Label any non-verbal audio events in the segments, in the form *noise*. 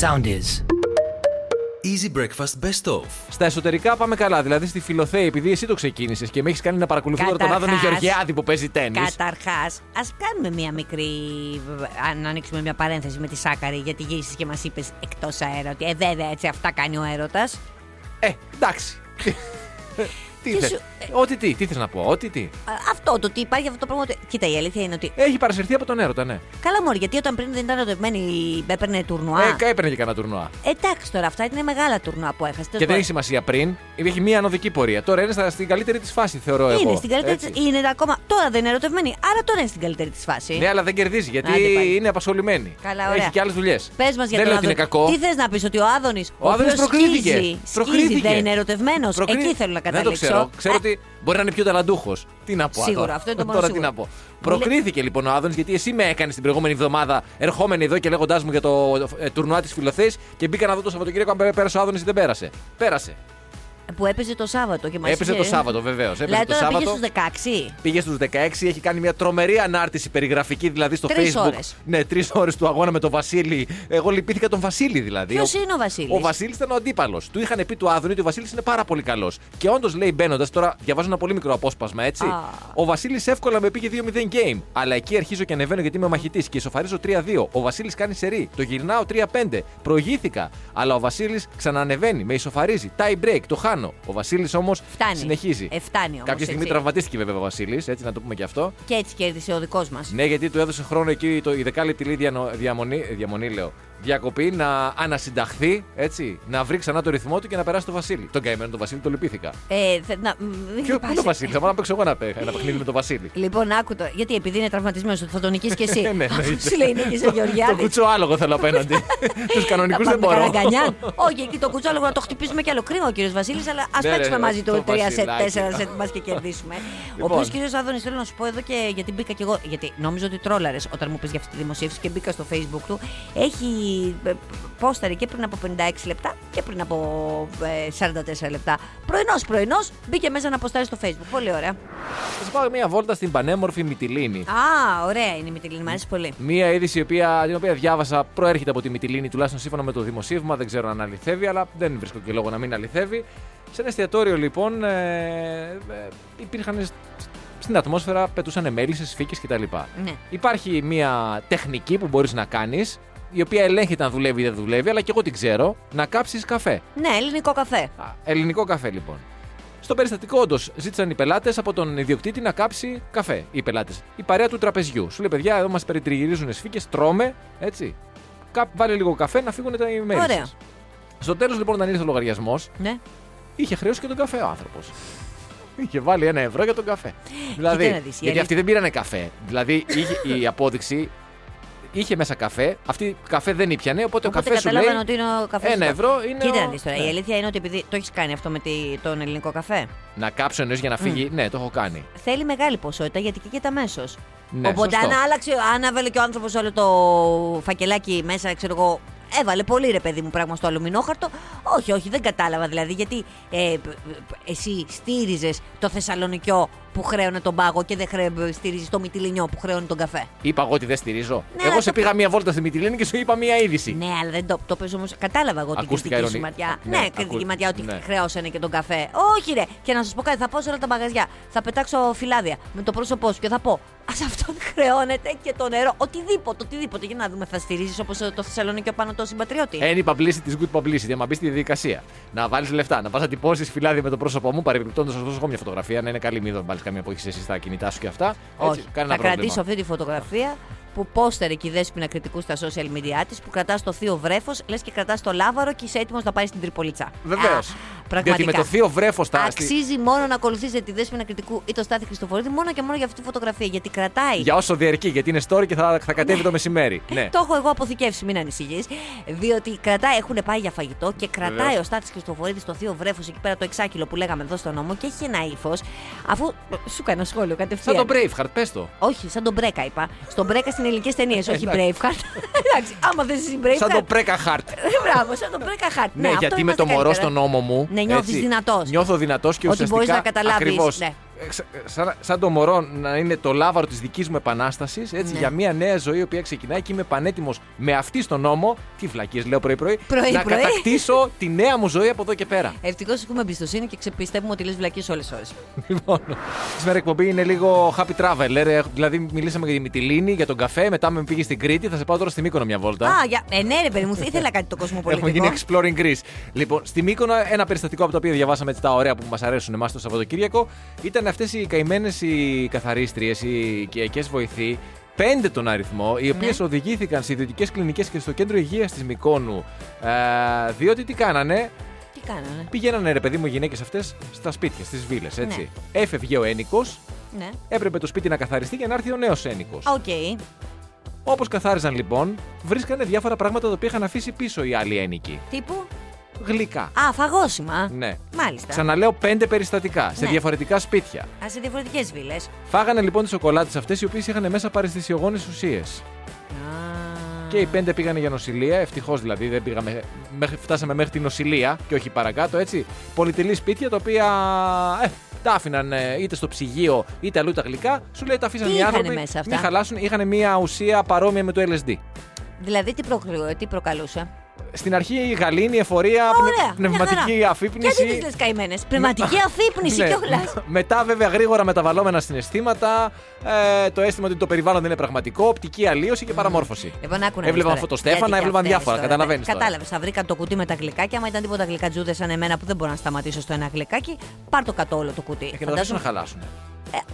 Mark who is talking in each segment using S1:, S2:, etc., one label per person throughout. S1: Sound is.
S2: Easy Breakfast Best Of.
S3: Στα εσωτερικά πάμε καλά. Δηλαδή στη Φιλοθέη, επειδή εσύ το ξεκίνησες και με έχεις κάνει να παρακολουθώ τώρα τον Άδωνη
S4: Καταρχάς-
S3: Γεωργιάδη που παίζει τέννη.
S4: Καταρχάς, ας κάνουμε μία μικρή. αν- Να ανοίξουμε μία παρένθεση με τη Σάκαρη, γιατί γύρισες και μας είπες εκτός αέρα ότι ε, βέβαια έτσι αυτά κάνει ο έρωτας.
S3: Ε,
S4: *laughs*
S3: εντάξει. τι
S4: Και
S3: θες.
S4: σου-
S3: Ό,τι τι, τι θες να πω, ό,τι τι.
S4: Αυτό το ότι υπάρχει αυτό το πράγμα. ότι- Κοίτα, η αλήθεια είναι ότι.
S3: Έχει παρασυρθεί από τον έρωτα, ναι.
S4: Καλά, Μωρή, γιατί όταν πριν δεν ήταν ερωτευμένη, έπαιρνε τουρνουά.
S3: Ε, κα- έπαιρνε και κανένα τουρνουά.
S4: Εντάξει τώρα, αυτά είναι μεγάλα τουρνουά που έχασε.
S3: Και δεν έχει σημασία πριν. Έχει μία ανωδική πορεία. Τώρα είναι στα- στην καλύτερη της φάση, θεωρώ εγώ.
S4: Είναι στην καλύτερη
S3: Έτσι.
S4: της- είναι ακόμα. Τώρα δεν είναι ερωτευμένη, άρα τώρα είναι στην καλύτερη της φάση.
S3: Ναι, αλλά δεν κερδίζει
S4: Άντε πάλι.
S3: γιατί είναι απασχολημένη.
S4: Καλά, ωραία.
S3: Έχει και άλλες δουλειές.
S4: Πες μας για
S3: Δεν
S4: τον
S3: λέω ότι
S4: Άδωνη.
S3: είναι κακό.
S4: Τι θες να πεις, ότι ο Άδωνης.
S3: Ο Άδωνης προκρίθηκε.
S4: Σκίζει, σκίζει,
S3: Προκρίθηκε.
S4: δεν είναι ερωτευμένος.
S3: Προκρί-
S4: Εκεί θέλω να
S3: Δεν
S4: καταλήξω.
S3: το ξέρω. Ξέρω
S4: Ε,
S3: ότι μπορεί να είναι πιο ταλαντούχος. Τι να πω.
S4: Σίγουρα,
S3: τώρα. Ε,
S4: αυτό είναι το μόνο
S3: Τώρα τι
S4: σίγουρο.
S3: να πω. Προκρίθηκε λοιπόν ο Άδωνης γιατί εσύ με έκανες την προηγούμενη εβδομάδα ερχόμενη εδώ και λέγοντάς μου για το ε, τουρνουά της Φιλοθέης και μπήκα να δω το Σαββατοκύριακο αν πέρασε ο Άδωνης ή δεν πέρασε. Πέρασε.
S4: Που έπαιζε το Σάββατο και μας
S3: Έπαιζε το Σάββατο βεβαίως. Έπαιζε
S4: Δηλαδή
S3: το
S4: τώρα πήγε
S3: Σάββατο.
S4: στους 16.
S3: Πήγε στους 16, έχει κάνει μια τρομερή ανάρτηση περιγραφική δηλαδή στο
S4: Τρεις
S3: Facebook.
S4: ώρες.
S3: Ναι, τρεις ώρες του αγώνα με τον Βασίλη. Εγώ λυπήθηκα τον Βασίλη δηλαδή.
S4: Ποιος είναι ο Βασίλης.
S3: Ο Βασίλης ήταν ο αντίπαλος. Του είχαν πει του Άδωνη ότι ο Βασίλης είναι πάρα πολύ καλός. Και όντως λέει μπαίνοντας, τώρα διαβάζω ένα πολύ μικρό απόσπασμα έτσι.
S4: Α.
S3: Ο Βασίλης εύκολα με πήγε 2-0 game. Αλλά εκεί αρχίζω και ανεβαίνω γιατί είμαι μαχητής και ισοφαρίζω 3-2. Ο Βασίλης κάνει σερή. Το γυρνάω 3-5. Προηγήθηκα. Αλλά ο Βασίλης ξανανεβαίνει, με ισοφαρίζει. Tie break, το χάνω. Ο Βασίλης όμως
S4: Φτάνει.
S3: συνεχίζει.
S4: Ε, φτάνει όμως,
S3: Κάποια στιγμή
S4: έτσι.
S3: τραυματίστηκε βέβαια ο Βασίλης, έτσι να το πούμε και αυτό.
S4: Και έτσι κέρδισε ο δικός μας.
S3: Ναι, γιατί του έδωσε χρόνο εκεί το, η δεκάλεπτη λέει, διανο- διαμονή, ε, διαμονή, λέω, διακοπή να ανασυνταχθεί, έτσι, να βρει ξανά το ρυθμό του και να περάσει το Βασίλη. Τον καημένο τον Βασίλη, τον λυπήθηκα.
S4: Ε, θε- να, μ, μην
S3: Ποιο, πού είναι
S4: χτυπάσαι.
S3: ο Βασίλη, θα πάω να παίξω εγώ ένα, παι- ένα παιχνίδι με τον Βασίλη.
S4: Λοιπόν, άκου το. Γιατί επειδή είναι τραυματισμένος, θα τον νικήσει και εσύ.
S3: Ε, *laughs* ναι,
S4: Αυτό
S3: εννοείται.
S4: σου λέει νίκησε ο
S3: Το
S4: Γεωργιάδης.
S3: κουτσό άλογο θέλω
S4: *laughs*
S3: απέναντι. Τους κανονικούς δεν μπορώ.
S4: Όχι, εκεί το κουτσό να το χτυπήσουμε κι άλλο. Κρίμα ο κύριος Βασίλης, αλλά ας
S3: Ναι, ρε,
S4: παίξουμε μαζί
S3: το
S4: το 3 σετ, 4
S3: βασιλάκι.
S4: σετ μας και κερδίσουμε. Ο
S3: Λοιπόν.
S4: οποίος κύριος Άδωνης, θέλω να σου πω εδώ και γιατί μπήκα κι εγώ. Γιατί νόμιζα ότι τρόλαρες όταν μου πεις για αυτή τη δημοσίευση και μπήκα στο facebook του. Έχει ε, πόσταρει και πριν από 56 λεπτά και πριν από ε, 44 λεπτά. Πρωινός πρωινός μπήκε μέσα να ποστάρει στο facebook. Πολύ ωραία.
S3: Θα σας πάω μια βόλτα στην πανέμορφη Μυτιλίνη.
S4: Α, ωραία είναι η Μητυλίνη, μου αρέσει πολύ.
S3: Μία είδηση η οποία, την οποία διάβασα προέρχεται από τη Μυτιλίνη, τουλάχιστον σύμφωνα με το δημοσίευμα. Δεν ξέρω αν αληθεύει, αλλά δεν βρίσκω και λόγο να μην αληθεύει. Σε ένα εστιατόριο λοιπόν ε, ε, υπήρχαν σ- στην ατμόσφαιρα, πετούσαν μέλισσες, φύκες κτλ.
S4: Ναι.
S3: Υπάρχει μία τεχνική που μπορείς να κάνεις, η οποία ελέγχεται αν δουλεύει ή δεν δουλεύει, αλλά και εγώ την ξέρω, να κάψεις καφέ.
S4: Ναι, ελληνικό καφέ.
S3: Α, Ελληνικό καφέ λοιπόν. Στο περιστατικό, όντως, ζήτησαν οι πελάτες από τον ιδιοκτήτη να κάψει καφέ. Οι πελάτες. Η παρέα του τραπεζιού. Σου λέει, παιδιά, εδώ μας περιτριγυρίζουν σφίκες, τρώμε, έτσι. Κά- Βάλε λίγο καφέ να φύγουν τα ημέρα.
S4: Ωραία.
S3: Στο τέλος, λοιπόν, όταν ήρθε ο λογαριασμός,
S4: Ναι.
S3: είχε χρέος και τον καφέ ο άνθρωπος. *laughs* Είχε βάλει ένα ευρώ για τον καφέ.
S4: να
S3: δηλαδή,
S4: δεις, η
S3: γιατί
S4: αλήθεια-
S3: αυτοί δεν πήρανε καφέ. Δηλαδή, είχε-
S4: *laughs*
S3: η απόδειξη είχε μέσα καφέ, αυτή καφέ δεν ήπιανε, οπότε,
S4: Οπότε
S3: ο καφέ σου λέει.
S4: καταλαβαίνω ότι είναι ο καφέ.
S3: Ένα ευρώ είναι.
S4: Κοίτα
S3: ο-
S4: να δεις τώρα.
S3: Ναι.
S4: Η αλήθεια είναι ότι επειδή το έχεις κάνει αυτό με τη- τον ελληνικό καφέ,
S3: Να κάψω εννοείς για να φύγει. Ναι, το έχω κάνει.
S4: θέλει μεγάλη ποσότητα γιατί καίγεται αμέσως.
S3: Ναι,
S4: Οπότε αν
S3: σωστό.
S4: άλλαξε, αν έβαλε και ο άνθρωπος όλο το φακελάκι μέσα, ξέρω εγώ. Έβαλε πολύ ρε παιδί μου πράγμα στο αλουμινόχαρτο. Όχι, όχι, δεν κατάλαβα δηλαδή. Γιατί ε, π- π- εσύ στήριζες το Θεσσαλονικιό που χρέωνε τον πάγο και δεν χρέ, στήριζε το Μυτιλινιό που χρέωνε τον καφέ.
S3: Είπα εγώ ότι δεν στηρίζω.
S4: Ναι, αλλά
S3: εγώ σε
S4: το-
S3: πήγα μία βόλτα στη Μυτιλίνη και σου είπα μία είδηση.
S4: Ναι, αλλά δεν το, το πες όμως. Κατάλαβα εγώ την
S3: Ακούστηκα
S4: κριτική σου
S3: ειρωνική.
S4: ματιά.
S3: Ναι,
S4: Ναι, κριτική
S3: ακού-
S4: ματιά ότι
S3: ναι.
S4: χρέωσανε και τον καφέ. Όχι, ρε. Και να σας πω κάτι, θα πάω σε όλα τα μαγαζιά. Θα πετάξω φυλάδια με το πρόσωπό σου και θα πω Ας αυτόν χρεώνεται και το νερό. Οτιδήποτε, οτιδήποτε. Για να δούμε, θα στηρίζεις όπως το Θεσσαλονίκιο πάνω το συμπατριώτη.
S3: Any publicity is good publicity. Αν μπεις στη διαδικασία, να βάλεις λεφτά, να πας να τυπώσεις φυλάδι με το πρόσωπό μου, παρεμπιπτόντως να σου δώσω εγώ μια φωτογραφία, να είναι καλή, μην βάλεις καμία που έχεις εσύ στα κινητά σου και αυτά. Έτσι,
S4: Όχι.
S3: κάνε ένα
S4: θα
S3: πρόβλημα.
S4: κρατήσω αυτή τη φωτογραφία που πόστερε και η δέσπινα κριτικού στα social media της, που κρατάς το θείο βρέφος, λες και κρατάς το λάβαρο και είσαι έτοιμος να πάει στην Τριπολιτσά.
S3: Βεβαίως.
S4: Α,
S3: Γιατί με
S4: Πραγματικά.
S3: το θείο βρέφος τα.
S4: Αξίζει μόνο να ακολουθήσετε τη δέσμηνα κριτικού ή το Στάθη Χριστοφορίδη μόνο και μόνο για αυτή τη φωτογραφία. Γιατί κρατάει.
S3: Για όσο διαρκεί, γιατί είναι story και θα, θα κατέβει το μεσημέρι. Ναι.
S4: Ε, Το έχω εγώ αποθηκεύσει, μην ανησυχείς. Διότι κρατάει, έχουν πάει για φαγητό και κρατάει
S3: Βεβαίως.
S4: ο Στάθης Χριστοφορίδης το θείο βρέφος εκεί πέρα το εξάκυλο που λέγαμε εδώ στον νόμο και έχει ένα ύφος. Αφού. Σου κάνω σχόλιο
S3: Σαν
S4: κατευθείαν.
S3: το Braveheart, πες το.
S4: Όχι, σαν τον Μπρέκα είπα. Στον Μπρέκα στην ελληνική ταινία, όχι
S3: Εντάξει.
S4: Braveheart.
S3: *laughs*
S4: Εντάξει, άμα δεν είσαι Braveheart.
S3: Σαν το Preca Heart.
S4: *laughs* Μπράβο, σαν τον Μπρέκα Χαρτ.
S3: Ναι, γιατί Ναι, με το μωρό στον νόμο μου.
S4: Ναι, νιώθεις
S3: έτσι,
S4: δυνατός.
S3: Νιώθω δυνατός και
S4: Ότι
S3: ουσιαστικά.
S4: μπορείς να καταλάβεις,
S3: Ακριβώς,
S4: ναι.
S3: ε, ξα- ε, σαν, σαν το μωρό να είναι το λάβαρο της δικής μου επανάστασης, έτσι
S4: Ναι.
S3: για μια νέα ζωή η οποία ξεκινάει και είμαι πανέτοιμος με αυτή στον νόμο. Τι βλακίε λέω πρωί-πρωί.
S4: Πρωί,
S3: να
S4: πρωί. *laughs*
S3: κατακτήσω τη νέα μου ζωή από εδώ και πέρα.
S4: Ευτυχώς έχουμε εμπιστοσύνη και ξεπιστεύουμε ότι λες βλακίες όλες ώρες.
S3: Λοιπόν, σήμερα η εκπομπή είναι λίγο happy travel. ε, Δηλαδή, μιλήσαμε για τη Μυτιλίνη, για τον καφέ. Μετά με πήγες στην Κρήτη. Θα σε πάω τώρα στη Μύκονο μια βόλτα.
S4: Α, για... ε, ναι, ρε παιδί μου, ήθελα κάτι το κοσμοπολιτικό.
S3: Έχουμε γίνει exploring Greece. Λοιπόν, στη Μύκονο, ένα περιστατικό από το οποίο διαβάσαμε έτσι τα ωραία που μας αρέσουν εμάς το Σαββατοκύριακο ήταν αυτές οι καημένες οι καθαρίστριες, οι οικιακές βοηθοί. Πέντε τον αριθμό, οι οποίες οδηγήθηκαν σε ιδιωτικές κλινικές και στο κέντρο υγείας της Μικόνου. Ε, διότι τι κάνανε,
S4: Τι κάνανε.
S3: πηγαίνανε ρε παιδί μου γυναίκες αυτές στα σπίτια, στις βίλες, έτσι. Έφευγε ο ένοικο,
S4: Ναι.
S3: έπρεπε το σπίτι να καθαριστεί για να έρθει ο νέος ένοικο.
S4: Α, Οκ.
S3: Όπως καθάριζαν λοιπόν, βρίσκανε διάφορα πράγματα τα οποία είχαν αφήσει πίσω οι άλλοι ένοικοι.
S4: Τύπου.
S3: Γλυκά.
S4: Α, φαγόσιμα.
S3: Ναι.
S4: Μάλιστα.
S3: Ξαναλέω πέντε περιστατικά σε
S4: Ναι.
S3: διαφορετικά σπίτια.
S4: Α, σε διαφορετικές βίλες.
S3: Φάγανε λοιπόν τις σοκολάτες αυτές οι οποίες είχαν μέσα παρεστησιογόνες ουσίες. Και οι πέντε πήγανε για νοσηλεία, ευτυχώς δηλαδή δεν πήγαμε. Μέχρι, φτάσαμε μέχρι τη νοσηλεία και όχι παρακάτω, έτσι. Πολυτελή σπίτια τα οποία ε, τα άφηναν ε, είτε στο ψυγείο είτε αλλού τα γλυκά. Σου λέει τα αφήσαν
S4: Τι
S3: οι
S4: είχανε
S3: άνθρωποι.
S4: μέσα αυτά?
S3: Μην χαλάσουν, είχαν μια ουσία παρόμοια με το LSD.
S4: Δηλαδή, τι, προκλου- τι προκαλούσε.
S3: Στην αρχή η γαλήνη, η εφορία, πνε-
S4: Ωραία.
S3: πνευματική αφύπνιση.
S4: Γιατί τι λες καημένες. Πνευματική αφύπνιση
S3: Ναι.
S4: κιόλας.
S3: Μετά, βέβαια, γρήγορα μεταβαλλόμενα συναισθήματα, ε, το αίσθημα ότι το περιβάλλον δεν είναι πραγματικό, οπτική αλλίωση και παραμόρφωση.
S4: Λοιπόν, άκου να
S3: Έβλεπαν
S4: δεις τώρα.
S3: αυτό το Στέφανα,
S4: Γιατί και
S3: έβλεπαν
S4: αυτές
S3: διάφορα,
S4: τώρα.
S3: καταλαβαίνεις τώρα.
S4: Κατάλαβες. Θα βρήκα το κουτί με τα γλυκά και άμα ήταν τίποτα γλυκά τζούδε σαν εμένα που δεν μπορώ να σταματήσω στο ένα γλυκάκι, πάρ το κάτω όλο το κουτί.
S3: Ε,
S4: Ε,
S3: Και να τα αφήσουν να χαλάσουν.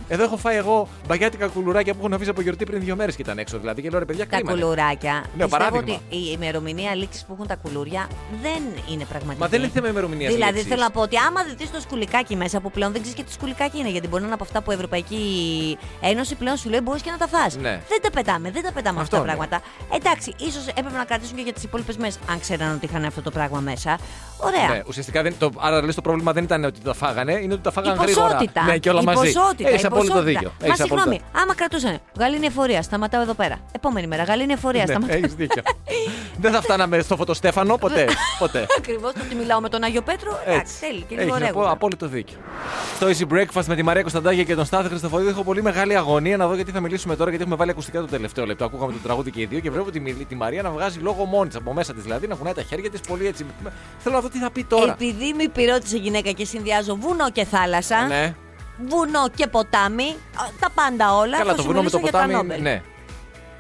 S3: Εδώ έχω φάει εγώ μπαγιάτικα κουλουράκια που έχουν αφήσει από γιορτή πριν δύο μέρες και ήταν έξω. Δηλαδή και λέω ρε παιδιά,
S4: τα
S3: κρίμα. είναι».
S4: κουλουράκια. Πιστεύω
S3: Ναι, παράδειγμα.
S4: ότι η ημερομηνία λήξης που έχουν τα κουλούρια δεν είναι πραγματική.
S3: Μα δεν είναι θέμα ημερομηνία.
S4: Δηλαδή θέλω να πω ότι άμα δεις το σκουλικάκι μέσα που πλέον δεν ξέρεις και τι σκουλικάκι είναι, γιατί μπορεί να είναι από αυτά που η Ευρωπαϊκή Ένωση πλέον σου λέει μπορείς και να τα φας.
S3: Ναι.
S4: Δεν τα πετάμε, δεν τα πετάμε
S3: Αυτό
S4: αυτά τα
S3: είναι.
S4: πράγματα. Εντάξει, ίσως έπρεπε να κρατήσουν και για τις υπόλοιπες μέρες, αν ξέραν ότι είχαν αυτό το πράγμα μέσα. Ωραία.
S3: Ναι, ουσιαστικά δεν, το, άρα λες το πρόβλημα δεν ήταν ότι τα φάγανε, είναι ότι τα φάγανε
S4: η
S3: γρήγορα.
S4: ποσότητα.
S3: Ναι, και όλα
S4: η
S3: μαζί.
S4: Ποσότητα,
S3: Έχεις
S4: η
S3: απόλυτο
S4: ποσότητα.
S3: δίκιο.
S4: Μα
S3: Έχεις απόλυτο-
S4: συγγνώμη, άμα κρατούσαν. Γαλήνη εφορία, σταματάω εδώ πέρα. Επόμενη μέρα, γαλήνη εφορία,
S3: Ναι,
S4: σταματάω.
S3: έχεις δίκιο. δεν θα φτάναμε στο φωτοστέφανο ποτέ. ποτέ.
S4: Ακριβώς το ότι μιλάω με τον Άγιο Πέτρο. Εντάξει, θέλει και λίγο
S3: Έχεις να πω
S4: ρεύμα.
S3: απόλυτο δίκιο. Στο Easy Breakfast με τη Μαρία Κωνσταντάκια και τον Στάθη Χριστοφορίδη έχω πολύ μεγάλη αγωνία να δω γιατί θα μιλήσουμε τώρα. Γιατί έχουμε βάλει ακουστικά το τελευταίο λεπτό. Ακούγαμε το τραγούδι και οι δύο και βλέπω τη, Μιλ- τη Μαρία να βγάζει λόγο μόνη της, από μέσα της. Δηλαδή να κουνάει τα χέρια της πολύ έτσι. Θέλω να δω τι θα πει τώρα.
S4: Επειδή με πυρώτησε γυναίκα και συνδυάζω βουνό και θάλασσα,
S3: Ναι.
S4: βουνό και ποτάμι, α, τα πάντα όλα.
S3: Καλά,
S4: θα
S3: το
S4: σου
S3: βουνό με
S4: μιλήσω
S3: το
S4: για τα
S3: ποτάμι.
S4: Νόμπελ.
S3: Ναι.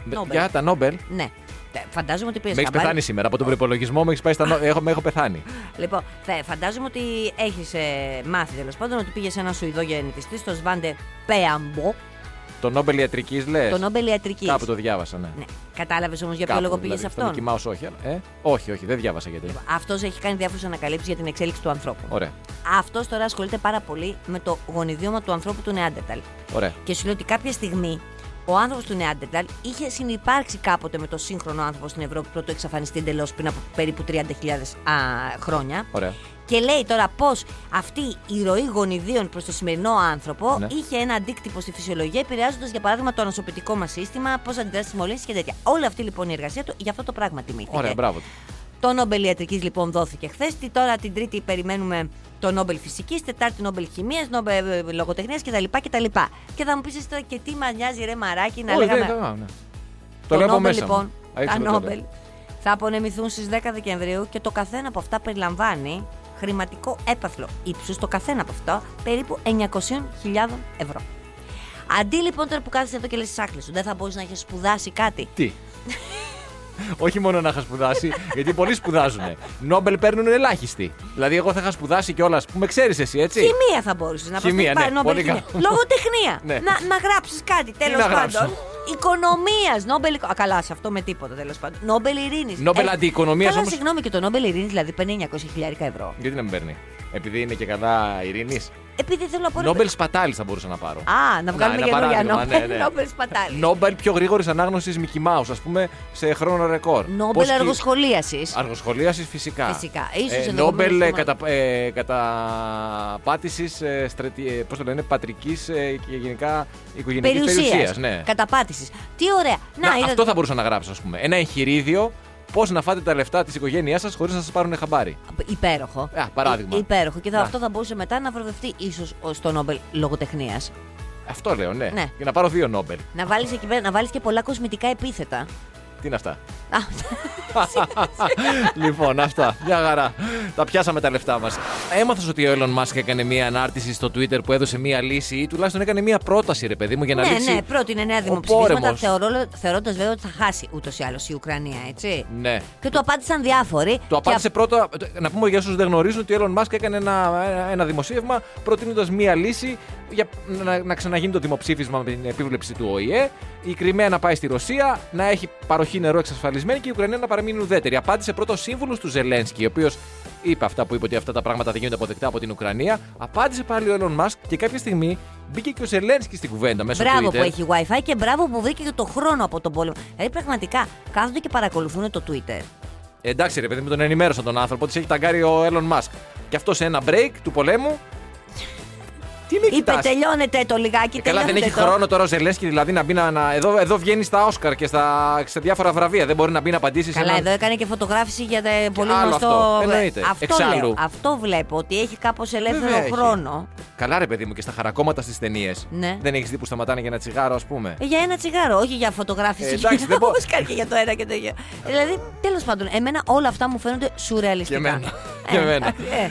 S4: Νόμπελ.
S3: Για τα Νόμπελ.
S4: Ναι. Ε, Φαντάζομαι ότι πήρες
S3: Με έχεις πεθάνει σήμερα από τον προπολογισμό, με έχεις πάει στα Νόμπελ. Έχω, με έχω πεθάνει.
S4: Λοιπόν, θα- φαντάζομαι ότι έχεις μάθει τέλος πάντων ότι πήγες σε ένα Σουηδό γεννητιστή, στο Σβάντε Πέαμπο,
S3: Το Νόμπελ ιατρικής λες.
S4: το Νόμπελ Ιατρική.
S3: Ε, Κάπου το διάβασα, ναι.
S4: Ναι. Κατάλαβες όμως για ποιο
S3: Κάπου,
S4: λόγο
S3: δηλαδή,
S4: πήγες σε
S3: στον
S4: αυτόν.
S3: Mickey Mouse, όχι. αλλά- Ε, όχι, όχι, δεν διάβασα γιατί.
S4: Αυτός έχει κάνει διάφορες ανακαλύψεις για την εξέλιξη του ανθρώπου.
S3: Ωραία,
S4: Αυτός τώρα ασχολείται πάρα πολύ με το γονιδίωμα του ανθρώπου του Νεάντερταλ.
S3: ωραία.
S4: Και σου λέει ότι κάποια στιγμή ο άνθρωπος του Νεάντερταλ είχε συνεπάρξει κάποτε με το σύγχρονο άνθρωπο στην Ευρώπη πρώτο εξαφανιστεί εντελώς πριν από περίπου 30.000 α, χρόνια.
S3: Ωραία.
S4: Και λέει τώρα πώ αυτή η ροή γονιδίων προς το σημερινό άνθρωπο
S3: Ναι.
S4: είχε ένα αντίκτυπο στη φυσιολογία, επηρεάζοντας για παράδειγμα το ανασωπητικό μας σύστημα, πώς αντιδράσει τι μολύνσει και τέτοια. Όλη αυτή λοιπόν η εργασία του για αυτό το πράγμα τιμήθηκε.
S3: Ωραία, μπράβο. του.
S4: Το Νόμπελ Ιατρικής λοιπόν δόθηκε χθες. Τώρα την Τρίτη περιμένουμε το Νόμπελ Φυσικής, Τετάρτη Νόμπελ Χημίας, Νόμπελ ε, Λογοτεχνίας κτλ. κτλ. Και θα μου πεις τώρα και τι μα νοιάζει ρε μαράκι να
S3: Όχι, δεν
S4: λέγαμε.
S3: έκανα, ναι.
S4: το
S3: Το λέω από
S4: Νόμπελ
S3: μέσα.
S4: λοιπόν,
S3: μου. Άρχισε
S4: τα
S3: με το λέω.
S4: Νόμπελ θα απονεμηθούν στις 10 Δεκεμβρίου και το καθένα από αυτά περιλαμβάνει χρηματικό έπαθλο ύψους, το καθένα από αυτά περίπου 900.000 ευρώ. Αντί λοιπόν τώρα που κάθεσαι εδώ και λες άκρε σου, δεν θα μπορούσε να έχεις σπουδάσει κάτι.
S3: Τι. Όχι μόνο να είχα σπουδάσει, γιατί πολλοί σπουδάζουν. Νόμπελ παίρνουν ελάχιστοι. Δηλαδή, εγώ θα είχα σπουδάσει κιόλας που με ξέρεις εσύ, έτσι.
S4: Χημεία θα μπορούσες να πει.
S3: Χημεία, ναι, πολύ καλό.
S4: Λογοτεχνία.
S3: Ναι.
S4: Να, να γράψεις κάτι, τέλο
S3: να
S4: πάντων.
S3: γράψω?
S4: Οικονομίας, Νόμπελ. Α, καλά, σε αυτό με τίποτα τέλος πάντων. Νόμπελ Ειρήνης.
S3: Νόμπελ αντιοικονομίας,
S4: Καλά,
S3: όμως.
S4: συγγνώμη και το Νόμπελ Ειρήνης δηλαδή παίρνει 900.000 ευρώ.
S3: Γιατί να μην παίρνει. Επειδή είναι και καλά ειρήνης.
S4: Επειδή θέλω να πω. ρε,
S3: Νόμπελ σπατάλης θα μπορούσα να πάρω.
S4: Α, να βγάλουμε
S3: ένα
S4: καινούργια
S3: παράδειγμα,
S4: Νόμπελ.
S3: ναι, ναι.
S4: Νόμπελ Σπατάλης.
S3: Νόμπελ πιο γρήγορης ανάγνωσης Μικη Μάου, ας πούμε, σε χρόνο ρεκόρ. Πώς
S4: Νόμπελ
S3: και-
S4: αργοσχολίασης.
S3: Αργοσχολίασης φυσικά.
S4: Φυσικά. Ίσως ενδεχομένως
S3: Νόμπελ ε,
S4: θυμάμαι.
S3: κατα, ε, καταπάτησης, ε, στρατι- ε, πώς το λένε, πατρικής ε, και γενικά οικογενειακής ναι, περιουσίας.
S4: Περιουσίας.
S3: ναι.
S4: Καταπάτησης. Τι ωραία. Να,
S3: Να,
S4: είδατε.
S3: αυτό θα μπορούσα να γράψω, ας πούμε. Ένα εγχειρίδιο πώς να φάτε τα λεφτά της οικογένειάς σας χωρίς να σας πάρουν χαμπάρι.
S4: Υπέροχο.
S3: Α, παράδειγμα.
S4: Υ- υπέροχο. Και θα-
S3: Να.
S4: αυτό θα μπορούσε μετά να βραβευτεί ίσω στο Νόμπελ λογοτεχνίας.
S3: Αυτό λέω, ναι.
S4: Ναι.
S3: Για να πάρω δύο Νόμπελ.
S4: Να βάλεις να βάλεις και πολλά κοσμητικά επίθετα.
S3: Τι είναι αυτά.
S4: Α,
S3: *laughs* λοιπόν, αυτά. Μια χαρά. Τα πιάσαμε τα λεφτά μας. Έμαθα ότι ο Elon Musk έκανε μία ανάρτηση στο Twitter που έδωσε μία λύση ή τουλάχιστον έκανε μία πρόταση, ρε παιδί μου, για να
S4: ναι,
S3: λύσει.
S4: ναι, πρότεινε νέα
S3: ο
S4: δημοψηφίσματα
S3: πόρεμος.
S4: θεωρώντας βέβαια ότι θα χάσει ούτως ή άλλως η Ουκρανία, έτσι.
S3: Ναι.
S4: Και του απάντησαν διάφοροι.
S3: Το απάντησε
S4: Και...
S3: πρώτα. Να πούμε για όσους δεν γνωρίζουν ότι ο Elon Musk έκανε ένα, ένα δημοσίευμα προτείνοντας μία λύση για να, να ξαναγίνει το δημοψήφισμα με την επίβλεψη του ΟΗΕ. Η Κρυμαία να πάει στη Ρωσία, να έχει παροχή νερό εξασφαλισμένη και η Ουκρανία να παραμείνει ουδέτερη. Απάντησε πρώτα ο σύμβουλος του Ζελένσκι, ο οποίος είπε αυτά που είπε ότι αυτά τα πράγματα δεν γίνονται αποδεκτά από την Ουκρανία. Απάντησε πάλι ο Elon Musk και κάποια στιγμή μπήκε και ο Ζελένσκι στην κουβέντα μέσω
S4: Μπράβο
S3: Twitter.
S4: που έχει WiFi και μπράβο που βρήκε και το χρόνο από τον πόλεμο. Δηλαδή πραγματικά κάθονται και παρακολουθούν το Twitter.
S3: Ε, Εντάξει, ρε παιδί μου, τον ενημέρωσαν τον άνθρωπο, τη έχει ταγκάρει ο Elon Musk. Και αυτό σε ένα break του πολέμου. Τι με
S4: Είπε
S3: κοιτάς?
S4: τελειώνετε το λιγάκι,
S3: Ε, Καλά, δεν
S4: τελειώνετε
S3: έχει
S4: το.
S3: χρόνο τώρα ο Ζελέσκι δηλαδή να μπει να. να- εδώ, εδώ βγαίνει στα Όσκαρ και στα, σε διάφορα βραβεία. Δεν μπορεί να μπει να απαντήσει. σε
S4: Καλά,
S3: έναν-
S4: εδώ έκανε και φωτογράφηση για τα πολύ
S3: άλλο
S4: γνωστό.
S3: αυτό. Εννοείται.
S4: Αυτό,
S3: Εξάλλου.
S4: λέω, αυτό βλέπω ότι έχει κάπως ελεύθερο
S3: Βέβαια έχει.
S4: χρόνο.
S3: Καλά, ρε παιδί μου, και στα χαρακόμματα στις ταινίες.
S4: Ναι.
S3: Δεν έχεις δει που σταματάνε για ένα τσιγάρο, ας πούμε.
S4: Ε, Για ένα τσιγάρο, όχι για φωτογράφηση.
S3: Ε, εντάξει, δεν μπο-
S4: Όπως κάνει και για το ένα και το ίδιο. δηλαδή, τέλος πάντων, εμένα όλα αυτά μου φαίνονται σουρεαλιστικά.
S3: Και εμένα.
S4: Ε,
S3: Και εμένα.
S4: ε,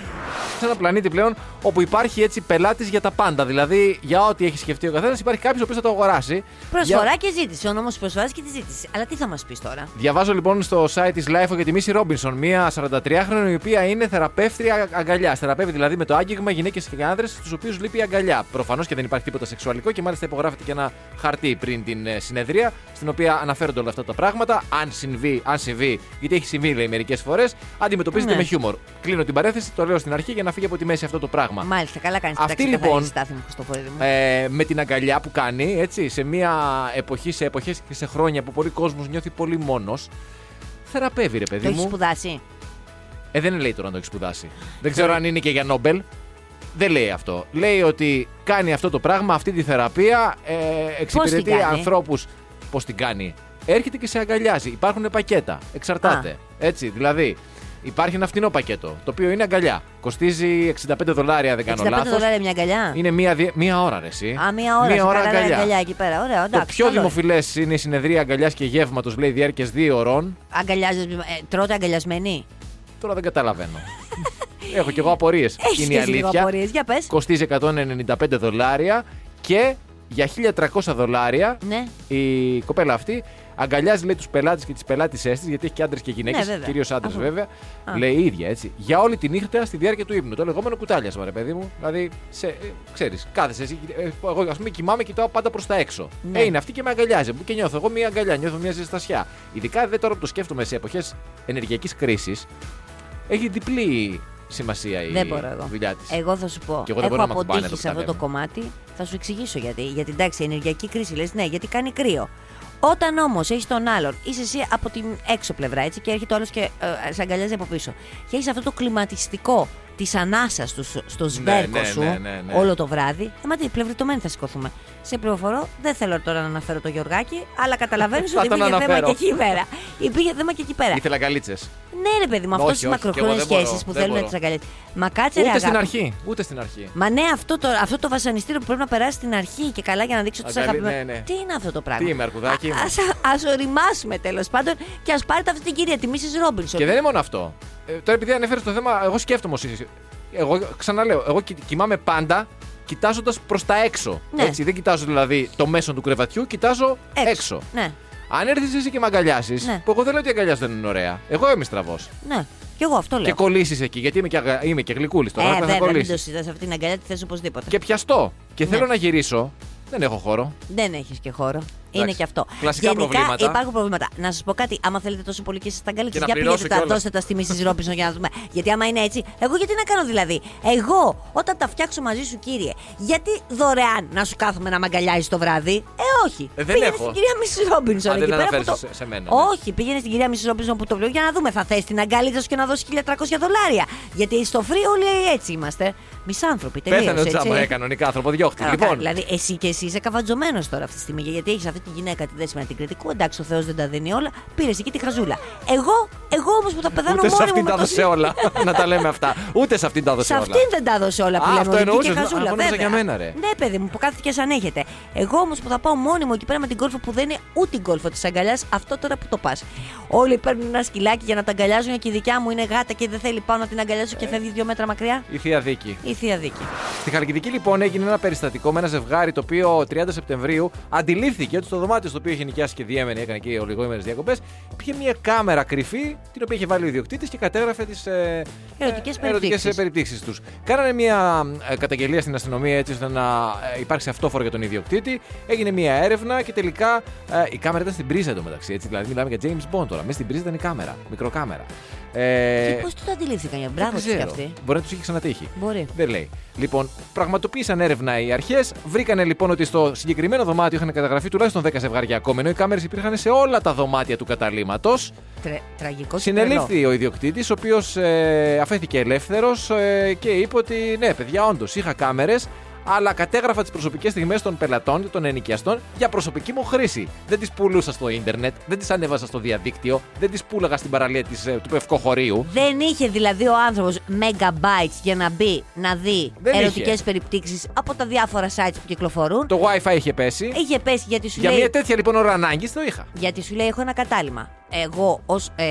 S3: σε ένα πλανήτη πλέον όπου υπάρχει έτσι πελάτης για τα πάντα. Δηλαδή, για ό,τι έχει σκεφτεί ο καθένας, υπάρχει κάποιος ο οποίος θα το αγοράσει.
S4: προσφορά
S3: Για-
S4: και ζήτηση. Ο νόμος προσφοράς και τη ζήτηση. Αλλά τι θα μας πεις τώρα.
S3: Διαβάζω λοιπόν στο site της Life για τη Μίση Ρόμπινσον, μία 43χρονη η οποία είναι θεραπεύτρια αγκαλιά. Θεραπεύει δηλαδή με το άγγιγμα γυναίκες και άνδρες, στους οποίους λείπει η αγκαλιά. Προφανώς και δεν υπάρχει τίποτα σεξουαλικό και μάλιστα υπογράφεται και ένα χαρτί πριν την ε, συνεδρία, στην οποία αναφέρονται όλα αυτά τα πράγματα. Αν συμβεί, αν συμβεί, γιατί έχει συμβεί λέει μερικές φορές, αντιμετωπίζεται
S4: Ναι.
S3: με χιούμορ. Κλείνω την παρέθεση, το λέω στην αρχή για να φύγει από τη μέση αυτό το πράγμα.
S4: Μάλιστα, καλά κάνεις.
S3: Αυτή, λοιπόν,
S4: Στάθη μου, Χριστοφορίδη μου.
S3: Ε, με την αγκαλιά που κάνει, έτσι, σε μια εποχή, σε εποχές και σε χρόνια που πολλοί κόσμος νιώθει πολύ μόνος, θεραπεύει ρε παιδί
S4: το έχεις
S3: μου.
S4: σπουδάσει.
S3: Ε, δεν λέει τώρα να το έχεις σπουδάσει. Δεν
S4: Ε.
S3: ξέρω αν είναι και για Νόμπελ. Δεν λέει αυτό. Λέει ότι κάνει αυτό το πράγμα, αυτή τη θεραπεία, ε, εξυπηρετεί
S4: κάνει?
S3: ανθρώπους. Πώς την κάνει. Έρχεται και σε αγκαλιάζει. Υπάρχουν πακέτα. Εξαρτάται.
S4: Α.
S3: Έτσι, δηλαδή. Υπάρχει ένα φτηνό πακέτο, το οποίο είναι αγκαλιά. Κοστίζει 65 δολάρια, δεν
S4: 65
S3: κάνω λάθος.
S4: δολάρια μια αγκαλιά.
S3: Είναι μία, δι- μία ώρα, ρε, εσύ.
S4: Α, μία ώρα. σε καλά,
S3: αγκαλιά.
S4: αγκαλιά εκεί πέρα. Ωραία,
S3: Το
S4: εντάξει.
S3: πιο
S4: καλό είναι.
S3: δημοφιλές είναι η συνεδρία αγκαλιάς και γεύματος, λέει διάρκειας δύο ωρών.
S4: Αγκαλιάζεσαι, ε, τρώτε αγκαλιασμένοι.
S3: Τώρα δεν
S4: *laughs*
S3: καταλαβαίνω. Έχω κι εγώ απορίες.
S4: Έχεις
S3: Είναι η
S4: και εσύ λίγο
S3: αλήθεια.
S4: απορίες. Για πες.
S3: Κοστίζει 195 δολάρια και για 1300 δολάρια
S4: Ναι.
S3: η κοπέλα αυτή αγκαλιάζει λέει, τους πελάτες και τις πελάτησές της, γιατί έχει και άντρες και γυναίκες.
S4: Ναι, βέβαια.
S3: Κυρίως άντρες
S4: Αφού.
S3: βέβαια.
S4: Α.
S3: Λέει η ίδια έτσι. Για όλη τη νύχτα στη διάρκεια του ύπνου. Το λεγόμενο κουτάλιασμα, ρε παιδί μου. Δηλαδή, σε, ε, ξέρεις, κάθεσαι. εσύ, ε, ε, Εγώ, ας πούμε, κοιμάμαι, κοιτάω πάντα προς τα έξω.
S4: Ναι.
S3: Ε, είναι αυτή και με αγκαλιάζει. Και νιώθω εγώ μια αγκαλιά, νιώθω μια ζεστασιά. Ειδικά δε τώρα που το σκέφτομαι σε εποχές ενεργειακής κρίσης, έχει διπλή σημασία η
S4: Δεν μπορώ εγώ.
S3: δουλειά της.
S4: Εγώ θα σου πω.
S3: Και εγώ δεν
S4: έχω
S3: μπορώ να με ακουμπάνε εδώ
S4: αποτύχει
S3: που
S4: σε
S3: τα
S4: αυτό το
S3: λέμε.
S4: κομμάτι. Θα σου εξηγήσω γιατί. Γιατί εντάξει, η ενεργειακή κρίση λες, ναι, γιατί κάνει κρύο. Όταν όμως έχεις τον άλλον, είσαι εσύ από την έξω πλευρά έτσι, και έρχεται ο άλλος και ε, σε αγκαλιάζει από πίσω. Και έχεις αυτό το κλιματιστικό της ανάσας του στο σβέρκο
S3: ναι,
S4: σου
S3: ναι, ναι, ναι.
S4: όλο το βράδυ. Ε, μα τι, πλευριτωμένοι θα σηκωθούμε. Σε πληροφορώ, δεν θέλω τώρα να αναφέρω το Γεωργάκη, αλλά
S3: *laughs*
S4: καταλαβαίνεις
S3: Θα
S4: ότι
S3: τον
S4: πήγε θέμα
S3: αναφέρω.
S4: και εκεί πέρα. Υπήρχε θέμα και εκεί πέρα.
S3: Ήθελα αγκαλίτσε.
S4: Ναι, ρε παιδί μου, αυτό
S3: Όχι,
S4: στις
S3: όχι, και
S4: μακροχρόνιε
S3: εγώ δεν μπορώ,
S4: σχέσεις που
S3: δεν
S4: θέλουν να
S3: μπορώ.
S4: τι αγκαλιάσουν. Μα κάτσε ρε
S3: Ούτε στην
S4: αγάπη.
S3: αρχή. Ούτε στην αρχή.
S4: Μα ναι, αυτό το, αυτό το βασανιστήριο που πρέπει να περάσει στην αρχή και καλά για να δείξω ότι είσαι
S3: Αγκαλί-
S4: αγαπημένο.
S3: ναι, ναι.
S4: Τι είναι αυτό το πράγμα.
S3: Τι είμαι, αρκουδάκι μου?
S4: Ας ας οριμάσουμε τέλος πάντων και ας πάρετε αυτή την κυρία, τη Μίση Ρόμπινσον.
S3: Και δεν είναι μόνο αυτό. Ε, τώρα επειδή ανέφερες το θέμα, εγώ σκέφτομαι εσύ. Εγώ ξαναλέω, εγώ κοι- κοιμάμαι πάντα κοιτάζοντας προς τα έξω.
S4: Ναι.
S3: Έτσι, δεν κοιτάζω δηλαδή το μέσο του κρεβατιού, κοιτάζω έξω.
S4: Ναι,
S3: Αν έρθεις εσύ και με αγκαλιάσεις,
S4: Ναι.
S3: που εγώ δεν λέω ότι η αγκαλιά σου δεν είναι ωραία. Εγώ είμαι στραβός.
S4: ναι. Και εγώ αυτό
S3: Και
S4: λέω.
S3: κολλήσεις εκεί, γιατί είμαι και, αγα... είμαι και γλυκούλης τώρα.
S4: ε,
S3: θα
S4: βέβαια, μην
S3: κολλήσεις.
S4: το συζητά αυτή την αγκαλιά, τη θες οπωσδήποτε.
S3: Και πιαστώ. Και
S4: Ναι.
S3: θέλω να γυρίσω. Δεν έχω χώρο.
S4: Δεν έχεις και χώρο. Είναι
S3: Εντάξει.
S4: και αυτό.
S3: Κλασικά
S4: Γενικά
S3: προβλήματα.
S4: υπάρχουν προβλήματα. Να σας πω κάτι, άμα θέλετε τόσο πολύ και σα τα αγκαλίξετε,
S3: Και να
S4: για
S3: πληρώσω
S4: πηγαίνετε τα,
S3: κιόλας.
S4: δώστε τα στη Μίση Ρόμπινσον για να δούμε. Γιατί άμα είναι έτσι, εγώ γιατί να κάνω δηλαδή. Εγώ όταν τα φτιάξω μαζί σου, κύριε, γιατί δωρεάν να σου κάθομαι να μ' αγκαλιάζει το βράδυ. Ε, όχι.
S3: Ε, δεν
S4: πήγαινε
S3: έχω.
S4: στην κυρία Μίση Ρόμπινσον
S3: Α,
S4: εκεί
S3: δεν
S4: πέρα.
S3: αναφέρεσαι
S4: που
S3: σε- σε μένα, ναι.
S4: Όχι, πήγαινε στην κυρία Μίση Ρόμπινσον που το βλέπω για να δούμε. Θα θες την αγκαλίτσα σου και να δώσεις 1300 δολάρια. Γιατί στο free όλοι έτσι είμαστε. Μισάνθρωποι, τελείω.
S3: Πέθανε ο τζάμπα, ε, κανονικά άνθρωπο, διώχτη.
S4: Καλά,
S3: Λοιπόν,
S4: Δηλαδή, εσύ και εσύ είσαι καβατζωμένος τώρα αυτή τη στιγμή. Γιατί έχεις αυτή δηλαδή τη γυναίκα τη δέσμευνα την κριτικού. Εντάξει, ο Θεός δεν τα δίνει όλα. Πήρες εκεί τη χαζούλα. Εγώ, εγώ όμως που τα πεθάνω
S3: Ούτε σε
S4: μόνη
S3: αυτήν
S4: μου. με
S3: τα
S4: το
S3: έδωσε
S4: σύν-
S3: όλα. *laughs* Να τα λέμε αυτά. Ούτε σε αυτήν τα έδωσε
S4: Σε
S3: όλα.
S4: αυτήν δεν τα έδωσε όλα που
S3: Α,
S4: λέμε.
S3: αυτό
S4: ορική
S3: εννοούσες.
S4: και
S3: Α,
S4: χαζούλα.
S3: αγωνίζεσαι
S4: βέβαια.
S3: για μένα, ρε.
S4: Ναι, παιδί μου, που κάθεται και ανέχεται. Εγώ όμως που θα πάω μόνη μου εκεί πέρα με την κόλφο που δεν είναι ούτε η κόλφο της αγκαλιάς, αυτό τώρα που το πας. Όλοι παίρνουν ένα σκυλάκι για να τα αγκαλιάζουν και η δικιά μου είναι γάτα και δεν θέλει πάνω να την αγκαλιάσω
S3: Ε.
S4: και φεύγει δύο μέτρα μακριά.
S3: Η Θεία Δίκη.
S4: Η θεία δίκη.
S3: Στη Χαλκιδική λοιπόν έγινε ένα περιστατικό με ένα ζευγάρι το οποίο 30 Σεπτεμβρίου αντιλήφθηκε ότι στο δωμάτιο στο οποίο είχε νοικιάσει και διέμενε, έκανε και ολιγοήμερες διακοπές, πήγε μια κάμερα κρυφή την οποία είχε βάλει ο ιδιοκτήτης και κατέγραφε ε, τι
S4: Ερωτικές περιπτύξεις.
S3: περιπτύξεις τους. Κάνανε μια ε, καταγγελία στην αστυνομία έτσι ώστε να ε, υπάρξει αυτόφορο για τον ιδιοκτήτη. Έγινε μια έρευνα και τελικά ε, η κάμερα ήταν στην πρίζα εντωμεταξύ. Έτσι, δηλαδή μιλάμε για James Bond τώρα. Μέσα στην πρίζα ήταν η κάμερα, μικροκάμερα. Ε,
S4: Και πώς το αντιλήφθηκαν για μπράβο
S3: δεν
S4: τους κι
S3: ξέρω.
S4: αυτοί.
S3: Μπορεί να τους είχε ξανατύχει.
S4: Μπορεί.
S3: Δεν λέει. Λοιπόν, πραγματοποίησαν έρευνα οι αρχές. Βρήκανε λοιπόν ότι στο συγκεκριμένο δωμάτιο είχαν καταγραφεί τουλάχιστον 10 ζευγάρια ακόμα, ενώ οι κάμερες υπήρχαν σε όλα τα δωμάτια του καταλήματο.
S4: Τρε, τραγικό και τρελό.
S3: Συνελήφθη ο ιδιοκτήτης, ο οποίος αφέθηκε ελεύθερος και είπε ότι ναι, παιδιά, όντως είχα κάμερες, αλλά κατέγραφα τις προσωπικές στιγμές των πελατών και των ενοικιαστών για προσωπική μου χρήση. Δεν τις πουλούσα στο ίντερνετ, δεν τις ανέβαζα στο διαδίκτυο, δεν τις πούλαγα στην παραλία της, ε, του Πευκοχωρίου.
S4: Δεν είχε δηλαδή ο άνθρωπος megabytes για να μπει να δει
S3: Δεν είχε.
S4: ερωτικές περιπτύξεις από τα διάφορα sites που κυκλοφορούν.
S3: Το WiFi είχε πέσει.
S4: Είχε πέσει γιατί σου
S3: Για
S4: λέει.
S3: μια τέτοια λοιπόν ώρα ανάγκης το είχα.
S4: Γιατί σου λέει: Έχω ένα κατάλημα. Εγώ ως ε,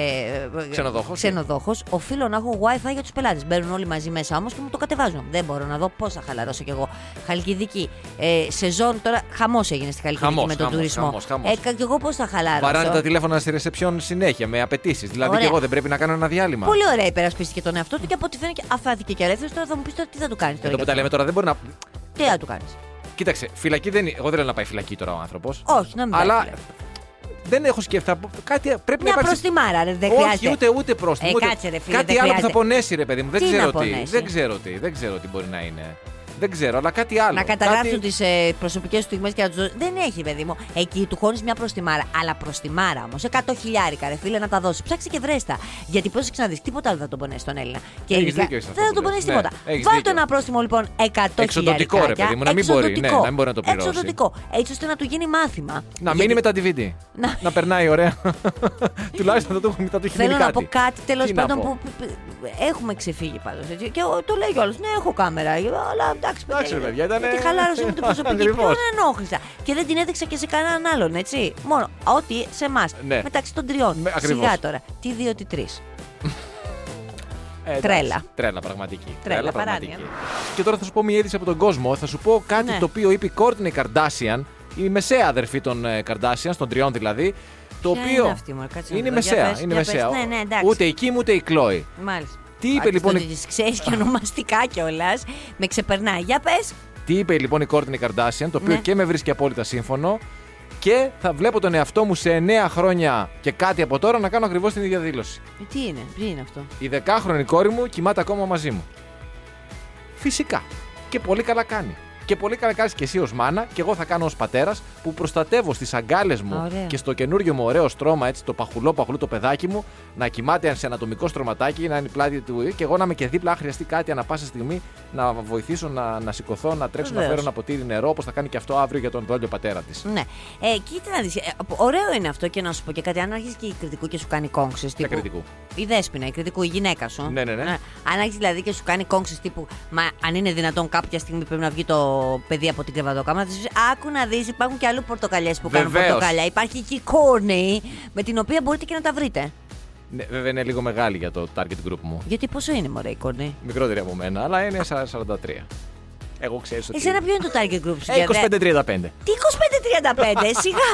S3: Ξενοδόχος.
S4: ξενοδόχος, οφείλω να έχω WiFi για τους πελάτες. Μπαίνουν όλοι μαζί μέσα όμως και μου το κατεβάζουν. Δεν μπορώ να δω πώς θα χαλαρώσω κι εγώ. Χαλκιδική. Ε, σεζόν τώρα. Χαμός έγινε στη Χαλκιδική
S3: Χαμός,
S4: με τον
S3: χαμός,
S4: τουρισμό.
S3: χαμός, χαμός.
S4: Ε, κι εγώ πώς θα χαλαρώσω.
S3: Βαράνε τα τηλέφωνα στη ρεσεψιόν συνέχεια με απαιτήσεις. Δηλαδή
S4: Ωραία.
S3: και εγώ δεν πρέπει να κάνω ένα διάλειμμα.
S4: Πολύ ωραία υπερασπίστηκε τον εαυτό του και από ό,τι φαίνεται αφάθηκε και ελεύθερο. Τώρα θα μου πεις τώρα τι θα του κάνεις τώρα.
S3: Εδώ Ε, που
S4: για
S3: τα λέμε τώρα δεν μπορεί να.
S4: αυτό. Τι θα του κάνεις.
S3: Κοίταξε, φυλακή δεν είναι. Εγώ δεν λέω να πάει φυλακή τώρα ο άνθρωπος.
S4: Όχι, να μην πάει
S3: Αλλά
S4: φυλακή.
S3: δεν έχω σκεφτεί. θα πω- Κάτι πρέπει
S4: Μια
S3: να υπάρξει.
S4: προστιμάρα, ρε, δεν
S3: Όχι,
S4: χρειάζεται.
S3: ούτε ούτε πρόστιμο.
S4: Ε,
S3: ούτε-
S4: κάτσε, ρε, φίλε,
S3: κάτι
S4: δεν
S3: άλλο που θα
S4: χρειάζεται.
S3: πονέσει, ρε παιδί μου. Δεν
S4: Τι
S3: ξέρω
S4: να
S3: τι.
S4: πονέσει?
S3: Δεν ξέρω τι. Δεν ξέρω τι μπορεί να είναι. Δεν ξέρω, αλλά κάτι άλλο.
S4: Να καταγράψουν
S3: Κάτι-
S4: τις ε, προσωπικές του στιγμές και να τους δώσουν. Δεν έχει, παιδί μου. Εκεί του χώνεις μια προστιμάρα. Αλλά προστιμάρα όμω, 100 χιλιάρικα, ρε φίλε, να τα δώσεις. Ψάξε και βρέστα. Γιατί πρόσεξε να δεις, τίποτα άλλο δεν θα τον πονέσει τον Έλληνα. Και
S3: Έχεις
S4: ειδικά-
S3: δίκιο σε αυτό
S4: δεν θα
S3: που
S4: τον
S3: λες.
S4: πονέσει
S3: Ναι,
S4: τίποτα.
S3: έχεις
S4: Βάλ το
S3: δίκιο.
S4: ένα πρόστιμο λοιπόν 100
S3: Εξοδοτικό, ρε,
S4: χιλιάρικάκια.
S3: παιδί μου, να μην μπορεί, ναι,
S4: Εξοδοτικό.
S3: να μην μπορεί να το πληρώσει.
S4: Εξοδοτικό. Έτσι ώστε να του γίνει μάθημα.
S3: Να
S4: Γιατί-
S3: μείνει με τα DVD.
S4: Να-
S3: Να περνάει ωραία. *laughs* Τουλάχιστον θα του έχουν- θα του έχει μείνει
S4: Θέλω
S3: κάτι.
S4: να πω κάτι τέλος
S3: Τι να
S4: πάντων
S3: πω.
S4: που που- που- έχουμε ξεφύγει πάντως. Και ο- το λέει κιόλας. Ναι, έχω κάμερα. Αλλά εντάξει,
S3: Εντάξει, ρε, παιδιά, ήταν-
S4: Τη
S3: *laughs*
S4: χαλάρωση μου την προσωπική.
S3: Ακριβώς.
S4: Ποιον ενόχλησα. Και δεν την έδειξα και σε κανέναν άλλον, έτσι. Μόνο ό,τι σε εμάς.
S3: Ναι.
S4: Μεταξύ των τριών.
S3: Με- ακριβώς.
S4: Σιγά τώρα. Τι δύο, τι τρεις.
S3: Ε, εντάξει.
S4: Τρέλα.
S3: Τρέλα πραγματική.
S4: Τρέλα, παράνοια.
S3: Και τώρα θα σου πω μια είδηση από τον κόσμο. Θα σου πω κάτι
S4: Ναι.
S3: το οποίο είπε η Κόρτνη Καρντάσιαν, η μεσαία αδερφή των ε, Καρντάσιαν, των τριών δηλαδή. Το
S4: Ποια
S3: οποίο
S4: είναι αυτή, μωρέ, κάτσε να
S3: είναι
S4: δω.
S3: μεσαία.
S4: Για πες,
S3: είναι
S4: για πες.
S3: μεσαία.
S4: Ναι, ναι, εντάξει.
S3: ούτε η Κιμ ούτε η Κλόη.
S4: Μάλιστα.
S3: Τι είπε, λοιπόν, η-
S4: Τι ξέρεις και ονομαστικά κιόλας. Με ξεπερνάει. Για Ε, πες.
S3: Τι είπε λοιπόν η Κόρτνη Καρντάσιαν, το οποίο
S4: Ναι.
S3: και με βρίσκει απόλυτα σύμφωνο. Και θα βλέπω τον εαυτό μου σε 9 χρόνια και κάτι από τώρα να κάνω ακριβώς την ίδια δήλωση.
S4: Τι είναι, ποιο είναι αυτό.
S3: Η δεκάχρονη κόρη μου κοιμάται ακόμα μαζί μου. Φυσικά. Και πολύ καλά κάνει. Και πολύ καλά κάνεις και εσύ ως μάνα, και εγώ θα κάνω ως πατέρας που προστατεύω στις αγκάλες μου
S4: Ωραία.
S3: και στο καινούριο μου ωραίο στρώμα, έτσι το παχουλό παχουλό το παιδάκι μου, να κοιμάται σε ανατομικό στρωματάκι, να είναι η πλάτη του και εγώ να είμαι και δίπλα, αν χρειαστεί κάτι ανα πάσα στιγμή, να βοηθήσω να, να σηκωθώ, να τρέξω, να
S4: Βεβαίως.
S3: φέρω ένα ποτήρι νερό, όπως θα κάνει και αυτό αύριο για τον δόλιο πατέρα της.
S4: Ναι. Ε, κοίτα να δεις, ε, ωραίο είναι αυτό και να σου πω και κάτι. Αν αρχίσεις και η κριτικού και σου κάνει κόμψεις τύπου.
S3: κριτικού.
S4: Η δέσποινα, η κριτικού, η γυναίκα σου.
S3: Ναι, ναι, ναι.
S4: Αν αρχίσεις δηλαδή και σου κάνει κόμψεις τύπου. Μα αν είναι δυνατόν κάποια στιγμή πρέπει να βγει το παιδί από την κρεβατοκάμα. Θα σου πεις, Άκου να δεις, υπάρχουν και αλλού πορτοκαλιές που κάνουν
S3: Βεβαίως.
S4: πορτοκαλιά. Υπάρχει και η κόρνη με την οποία μπορείτε και να τα βρείτε.
S3: Ναι, βέβαια είναι λίγο μεγάλη για το target group μου.
S4: Γιατί πόσο είναι, μωρέ, η κόρνη.
S3: Μικρότερη από μένα, αλλά είναι 43. Εγώ ξέρω ότι.
S4: Εσένα ποιο είναι το target group σου,
S3: Ε,
S4: για δε-
S3: 25-35.
S4: Τι 25-35, ε, σιγά!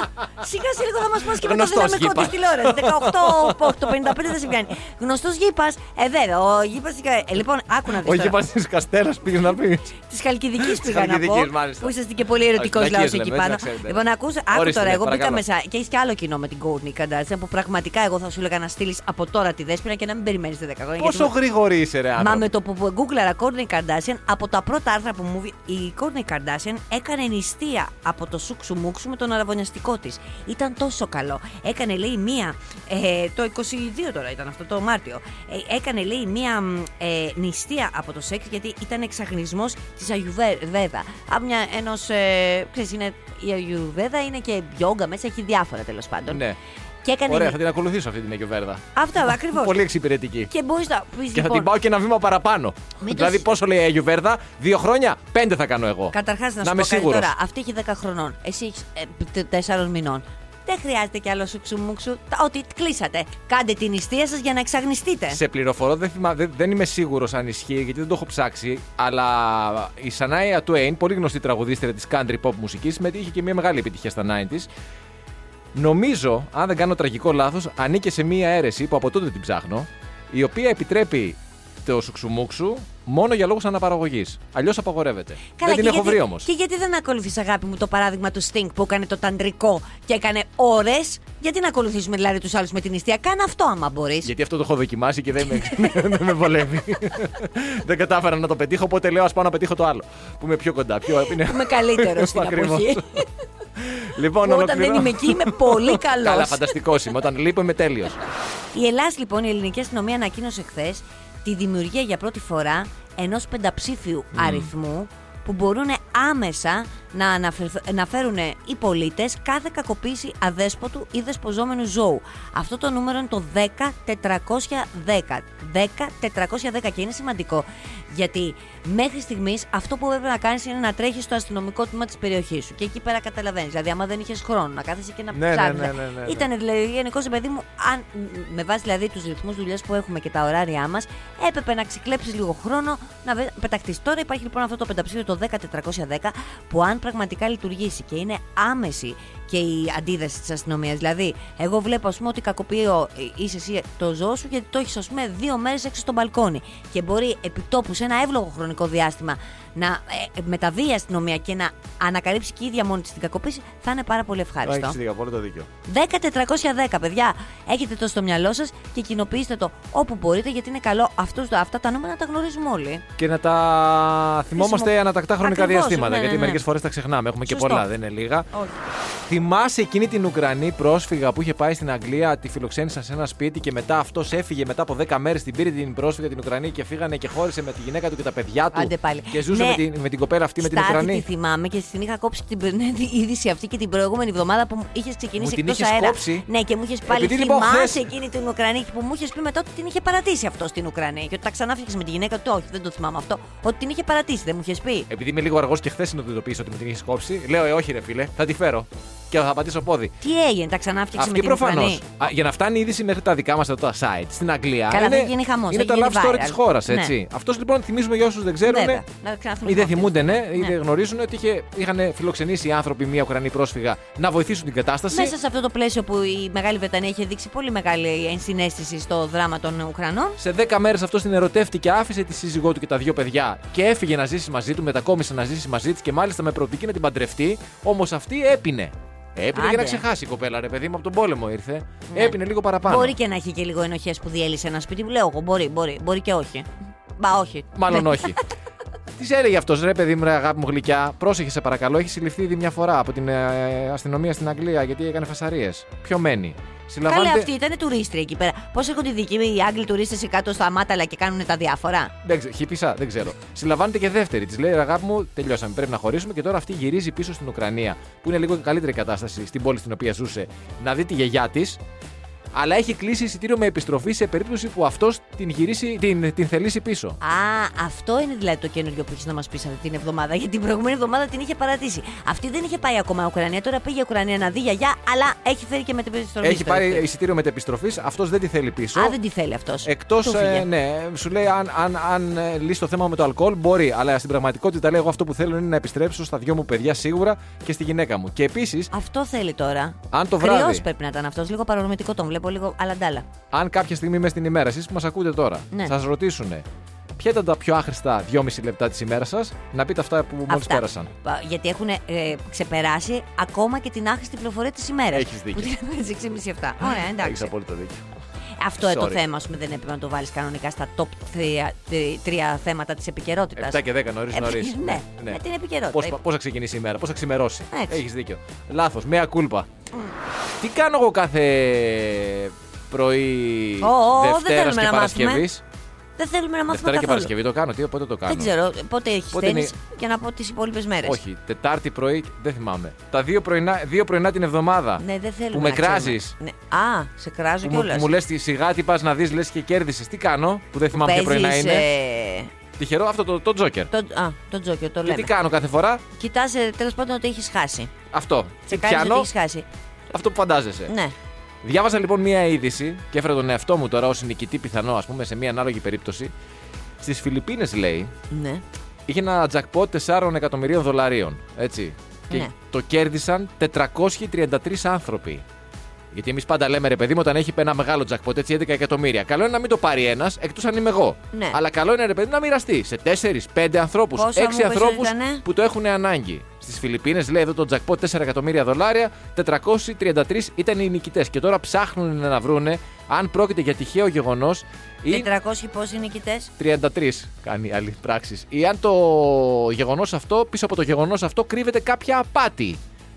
S4: Σιγά σε λίγο θα μας πας και με το
S3: Γνωστός
S4: δυναμικό
S3: γήπας.
S4: τη τηλεόραση. 18, όχι, το 55 δεν σε πιάνει. Γνωστός γήπας, ε βέβαια, ο γήπας. Ε, λοιπόν, άκου να
S3: Ο
S4: δει.
S3: γήπας της Καστέλα πήγες να πεις.
S4: Της Χαλκιδικής πήγα να πω.
S3: Χαλκιδικής, μάλιστα.
S4: Που είσαστε και πολύ ερωτικός
S3: Όχι,
S4: λαό
S3: βλακίες λέμε,
S4: εκεί
S3: δεν
S4: πάνω.
S3: τα ξέρετε.
S4: Λοιπόν, ακούς, άκου
S3: Ορίστε,
S4: τώρα,
S3: ναι,
S4: εγώ μπήκα
S3: παρακαλώ.
S4: μέσα και έχεις και άλλο κοινό με την Κόρνη Καντάρτσια που πραγματικά εγώ θα σου έλεγα να στείλεις από τώρα τη δέσπινα και να μην περιμένεις 10 χρόνια. γιατί
S3: Πόσο γρήγορη είσαι, ρε
S4: Μα με
S3: άνθρωπο.
S4: το που γκούγκλαρα Κόρνη Καρδάσιαν, από τα πρώτα άρθρα που μου βγει- η Κόρνη Καρδάσιαν έκανε νηστεία από το σούξου μουξου με τον αραβωνιαστικό της. Ήταν τόσο καλό. Έκανε, λέει, μία. Ε, το 22 τώρα ήταν αυτό το Μάρτιο. Ε, έκανε, λέει, μία μ, ε, νηστεία από το σεξ γιατί ήταν εξαγνισμός της Αγιουβέδα. Από μια ενός. Ε, ξέρεις, είναι, η Αγιουβέδα είναι και γιόγκα μέσα, έχει διάφορα τέλος πάντων.
S3: Ναι.
S4: Και έκανε.
S3: Ωραία,
S4: νη-
S3: θα την ακολουθήσω αυτή την Αγιοβέρδα.
S4: Αυτά ακριβώς.
S3: Πολύ εξυπηρετική.
S4: Και μπορείς να λοιπόν, πεις.
S3: Και θα την πάω και ένα βήμα παραπάνω.
S4: Μην
S3: δηλαδή,
S4: το-
S3: πόσο λέει η Αγιουβέρδα, δύο χρόνια, πέντε θα κάνω εγώ.
S4: Καταρχάς, να,
S3: Να
S4: σου
S3: είμαι
S4: πω κάτι
S3: σίγουρος.
S4: τώρα. Αυτή έχει 10 χρονών. Εσύ έχεις 4 μηνών. Δεν χρειάζεται κι άλλο σουξουμούξου. Τα- Ότι κλείσατε. Κάντε την νηστεία σας για να εξαγνιστείτε.
S3: Σε πληροφορώ, δεν, θυμά- δεν, δεν είμαι σίγουρος αν ισχύει γιατί δεν το έχω ψάξει. Αλλά η Σανάια Twain, πολύ γνωστή τραγουδίστρια της country pop μουσικής, συμμετείχε και μια μεγάλη επιτυχία στα 90s. Νομίζω, αν δεν κάνω τραγικό λάθος, ανήκε σε μια αίρεση που από τότε την ψάχνω, η οποία επιτρέπει το σουξουμούξου μόνο για λόγους αναπαραγωγής. Αλλιώς απαγορεύεται. δεν
S4: και
S3: την έχω
S4: γιατί-
S3: βρει όμως.
S4: Και γιατί δεν ακολουθείς, αγάπη μου, το παράδειγμα του Sting που έκανε το ταντρικό και έκανε ώρες. Γιατί να ακολουθήσουμε δηλαδή τους άλλους με την νηστεία. Κάνε αυτό άμα μπορείς.
S3: Γιατί αυτό το έχω δοκιμάσει και δεν με, *laughs* δεν με βολεύει. δεν κατάφερα να το πετύχω, οπότε λέω ας πάω να πετύχω το άλλο. Που είμαι πιο κοντά. Πιο, είναι...
S4: Είμαι
S3: *laughs*
S4: καλύτερος στην
S3: Ακριβώς.
S4: αποχή.
S3: Λοιπόν,
S4: Που Όταν
S3: ολοκληρώ-
S4: δεν είμαι εκεί, είμαι πολύ καλός.
S3: *laughs* Καλά, φανταστικός είμαι. Όταν λείπω είμαι τέλειος.
S4: Η Ελλάς λοιπόν, η ελληνική αστυνομία ανακοίνωσε χθες τη δημιουργία για πρώτη φορά ενός πενταψήφιου αριθμού που μπορούν άμεσα να, αναφερθ- να φέρουν οι πολίτες κάθε κακοποίηση αδέσποτου ή δεσποζόμενου ζώου. Αυτό το νούμερο είναι το 10410. 10410 και είναι σημαντικό γιατί μέχρι στιγμής αυτό που έπρεπε να κάνεις είναι να τρέχεις στο αστυνομικό τμήμα της περιοχής σου. Και εκεί πέρα καταλαβαίνεις. Δηλαδή, άμα δεν είχες χρόνο να κάθεσαι και να
S3: Ναι, ναι,
S4: ψάχνεις.
S3: ναι, ναι, ναι, ναι.
S4: Ήταν δηλαδή γενικώ, παιδί μου, αν, με βάση δηλαδή τους ρυθμούς δουλειάς που έχουμε και τα ωράρια μας, έπρεπε να ξεκλέψεις λίγο χρόνο να βε- πεταχτείς. Τώρα υπάρχει λοιπόν αυτό το πενταψήφιο το 10410 που αν πραγματικά λειτουργήσει και είναι άμεση και η αντίδραση της αστυνομίας. Δηλαδή, εγώ βλέπω ας πούμε ότι κακοποιώ ε, είσαι εσύ το ζώο σου γιατί το έχεις ας πούμε δύο μέρες έξω στο μπαλκόνι και μπορεί επιτόπου σε ένα εύλογο χρονικό διάστημα να ε, μεταβεί η αστυνομία και να ανακαλύψει και η ίδια μόνη της την κακοποίηση, θα είναι πάρα πολύ ευχάριστο.
S3: Έχει πολύ το δίκιο.
S4: 10410, παιδιά. Έχετε το στο μυαλό σας και κοινοποιήστε το όπου μπορείτε, γιατί είναι καλό αυτούς, αυτά τα νούμερα να τα γνωρίζουμε όλοι.
S3: Και να τα θυμόμαστε
S4: Χρησιμο-
S3: ανατακτά χρονικά
S4: Ακριβώς,
S3: διαστήματα.
S4: ναι, ναι,
S3: Γιατί
S4: ναι.
S3: μερικές φορές τα ξεχνάμε. Έχουμε
S4: Σωστό.
S3: και πολλά, δεν είναι λίγα.
S4: Όχι.
S3: Θυμάσαι εκείνη την Ουκρανή πρόσφυγα που είχε πάει στην Αγγλία, τη φιλοξένησαν σε ένα σπίτι και μετά αυτός έφυγε μετά από 10 μέρε. Την πήρε την πρόσφυγα την Ουκρανή και φύγανε και χώρισε με τη γυναίκα του και τα παιδιά του.
S4: Άντε πάλι.
S3: Και ζούσε
S4: Ναι.
S3: με, την, με την κοπέλα αυτή με την
S4: Στάθη
S3: Ουκρανή.
S4: τη θυμάμαι και την είχα κόψει την περνάει *laughs* την είδηση αυτή και την προηγούμενη εβδομάδα που είχες
S3: Μου
S4: ξεκινήσει
S3: την
S4: εκτός
S3: είχες
S4: αέρας.
S3: κόψει.
S4: Ναι, και μου είχες πάλι
S3: Επειδή την είπα
S4: θυμάσαι
S3: χθες.
S4: εκείνη την Ουκρανή που μου είχες πει μετά ότι την είχε παρατήσει αυτό στην Ουκρανία. Και ότι τα ξανάφτιαξε με τη γυναίκα του. Όχι, δεν το θυμάμαι αυτό. Ότι την είχε παρατήσει, δεν μου είχες πει.
S3: Επειδή είμαι λίγο αργός και χθες συνειδητοποίησα ότι μου την έχει κόψει, λέω Ε, όχι, ρε φίλε, θα τη φέρω. Και θα πατήσω πόδι.
S4: Τι έγινε, τα ξανάφτιαξε με
S3: Αυτή
S4: την
S3: προφανώς.
S4: Ουκρανή.
S3: Για να φτάνει η είδηση μέχρι τα δικά μας εδώ τα site στην Αγγλία.
S4: Καλά,
S3: είναι,
S4: δεν γίνει χαμός,
S3: Είναι
S4: έχει
S3: το
S4: γίνει
S3: love story
S4: viral.
S3: της χώρας,
S4: Ναι.
S3: έτσι. Αυτός λοιπόν θυμίζουμε για όσους δεν ξέρουν.
S4: Βέβαια, να ξαναθυμηθούμε
S3: ή δεν
S4: αυτές.
S3: θυμούνται, ναι, ή
S4: Ναι.
S3: δεν γνωρίζουν ότι είχε, είχαν φιλοξενήσει οι άνθρωποι μία Ουκρανή πρόσφυγα να βοηθήσουν την κατάσταση.
S4: Μέσα σε αυτό το πλαίσιο που η Μεγάλη Βρετανία είχε δείξει πολύ μεγάλη ενσυναίσθηση στο δράμα των Ουκρανών.
S3: Σε 10 μέρες αυτός την ερωτεύτηκε, άφησε τη σύζυγό του και τα δύο παιδιά και έφυγε να ζήσει μαζί του, μετακόμισε να ζήσει μαζί της και μάλιστα με προοπτική να την παντρευτεί. Όμως αυτή έπινε. Έπινε για
S4: Άντε. Ναι.
S3: να ξεχάσει η κοπέλα, ρε παιδί μου, από τον πόλεμο ήρθε. Έπινε λίγο παραπάνω.
S4: Μπορεί και να έχει και λίγο ενοχές που διέλυσε ένα σπίτι. Λέω εγώ, μπορεί, μπορεί, μπορεί και όχι. Μπα, όχι.
S3: Μάλλον
S4: *laughs*
S3: όχι. Της έλεγε αυτός, ρε παιδί μου, ρε αγάπη μου γλυκιά, πρόσεχε σε παρακαλώ. Έχει συλληφθεί ήδη μια φορά από την ε, αστυνομία στην Αγγλία γιατί έκανε φασαρίες. Ποιο μένει.
S4: Καλή
S3: Συλλαμβάνεται.
S4: αυτή ήταν τουρίστρια εκεί πέρα. Πώς έρχονται οι δικοί οι Άγγλοι τουρίστες κάτω στα μάταλα και κάνουν τα διάφορα.
S3: Δεν ξέρω, χύπησα, δεν ξέρω. Συλλαμβάνεται και δεύτερη. Της λέει: «Ρε Αγάπη μου, τελειώσαμε. Πρέπει να χωρίσουμε. Και τώρα αυτή γυρίζει πίσω στην Ουκρανία, που είναι λίγο καλύτερη κατάσταση στην πόλη στην οποία ζούσε, να δει τη γιαγιά της. Αλλά έχει κλείσει εισιτήριο με επιστροφή σε περίπτωση που αυτός την, γυρίσει- την, την θελήσει πίσω.
S4: Α, αυτό είναι δηλαδή το καινούριο που έχεις να μας πεις αυτή την εβδομάδα. Γιατί την προηγούμενη εβδομάδα την είχε παρατήσει. Αυτή δεν είχε πάει ακόμα Ουκρανία. Τώρα πήγε η Ουκρανία να δει γιαγιά, αλλά έχει φέρει και με την περιστροφή.
S3: Έχει
S4: στο
S3: πάρει
S4: δεύτερο.
S3: εισιτήριο μετεπιστροφής, αυτός δεν τη θέλει πίσω.
S4: Α, δεν τη θέλει αυτός.
S3: Εκτός. ναι, σου λέει αν, αν, αν ε, λύσει το θέμα με το αλκοόλ, μπορεί. Αλλά στην πραγματικότητα λέει: Εγώ αυτό που θέλω είναι να επιστρέψω στα δυο μου παιδιά σίγουρα και στη γυναίκα μου. Και επίσης,
S4: Αυτό θέλει τώρα.
S3: Αν το
S4: Κρυός
S3: βράδυ.
S4: πρέπει να ήταν αυτός. Λίγο παρορμητικό τον βλέπω, λίγο αλαντάλα.
S3: αν κάποια στιγμή μέσα στην ημέρα, εσείς που μας ακούτε τώρα,
S4: Ναι.
S3: σας ρωτήσουν ποια ήταν τα πιο άχρηστα 2,5 λεπτά της ημέρας σας, να πείτε αυτά που μόλις
S4: Αυτά.
S3: πέρασαν.
S4: Πα- Γιατί έχουν ε, ξεπεράσει ακόμα και την άχρηστη πληροφορία της ημέρας.
S3: Έχεις δίκιο.
S4: Που την 6.30 7. Ωραία,
S3: Έχεις
S4: εντάξει.
S3: απόλυτο δίκιο.
S4: Αυτό ε, το
S3: Sorry.
S4: θέμα, ας πούμε, δεν έπρεπε να το βάλεις κανονικά στα top 3 θέματα της επικαιρότητας.
S3: 7 και 10 νωρί,
S4: Ε,
S3: νωρίς.
S4: ναι, με την επικαιρότητα. Ε,
S3: Πώς θα ξεκινήσει η μέρα, πώς θα ξημερώσει.
S4: Έτσι.
S3: Έχεις δίκιο. Λάθος, μια κούλπα. Τι κάνω εγώ κάθε πρωί
S4: Ω, ω, δεν
S3: Δευτέρας
S4: θέλουμε
S3: και
S4: να μάθουμε.
S3: Παρασκευής.
S4: Δεν θέλουμε να μάθουμε
S3: Δευτέρα και
S4: καθόλου.
S3: Παρασκευή το κάνω. Τι, πότε το κάνω.
S4: Δεν ξέρω πότε έχεις
S3: Πότε
S4: τέννη
S3: είναι-
S4: και να πω τις υπόλοιπες μέρες.
S3: Όχι, Τετάρτη πρωί δεν θυμάμαι. Τα δύο πρωινά, δύο πρωινά την εβδομάδα.
S4: Ναι, δεν θέλουμε.
S3: Που με
S4: να ξέρουμε.
S3: κράζεις.
S4: Ναι. Α, σε κράζω
S3: Που μου,
S4: κιόλας.
S3: μου λες σιγά τι πας να δεις, λες και κέρδισες. Τι κάνω, που δεν θυμάμαι ποια πρωινά είναι. Τυχερό αυτό το, το τζόκερ.
S4: ε, Το, α, το τζόκιο, το
S3: Και
S4: λέμε.
S3: τι κάνω κάθε φορά,
S4: Κοιτά τέλος πάντων ότι έχεις χάσει.
S3: αυτό. Τι
S4: Τσεκάρεις ότι
S3: πιάνω,
S4: έχεις χάσει.
S3: αυτό που φαντάζεσαι.
S4: Ναι.
S3: Διάβασα λοιπόν μία είδηση και έφερα τον εαυτό μου τώρα ως νικητή πιθανό, ας πούμε, σε μία ανάλογη περίπτωση. Στις Φιλιππίνες, λέει,
S4: ναι.
S3: είχε ένα τζακπότ 4 εκατομμυρίων δολαρίων. Έτσι. Και
S4: Ναι.
S3: το κέρδισαν 433 άνθρωποι. Γιατί εμείς πάντα λέμε ρε παιδί μου, όταν έχει ένα μεγάλο τζακπότ, έτσι 11 εκατομμύρια. Καλό είναι να μην το πάρει ένας, εκτός αν είμαι εγώ.
S4: Ναι.
S3: Αλλά καλό είναι ρε παιδί να μοιραστεί σε 4-5 ανθρώπους,
S4: Πόσα
S3: 6
S4: μου είπες ότι
S3: ανθρώπου
S4: ήτανε?
S3: που το έχουν ανάγκη. Στις Φιλιππίνες, λέει εδώ το τζακπότ 4 εκατομμύρια δολάρια, 433 ήταν οι νικητές. Και τώρα ψάχνουν να βρούνε αν πρόκειται για τυχαίο γεγονός ή
S4: 400 πόσοι νικητέ.
S3: 33 κάνει άλλη πράξη. Ή αν το γεγονός αυτό, πίσω από το γεγονός αυτό, κρύβεται κάποια απάτη.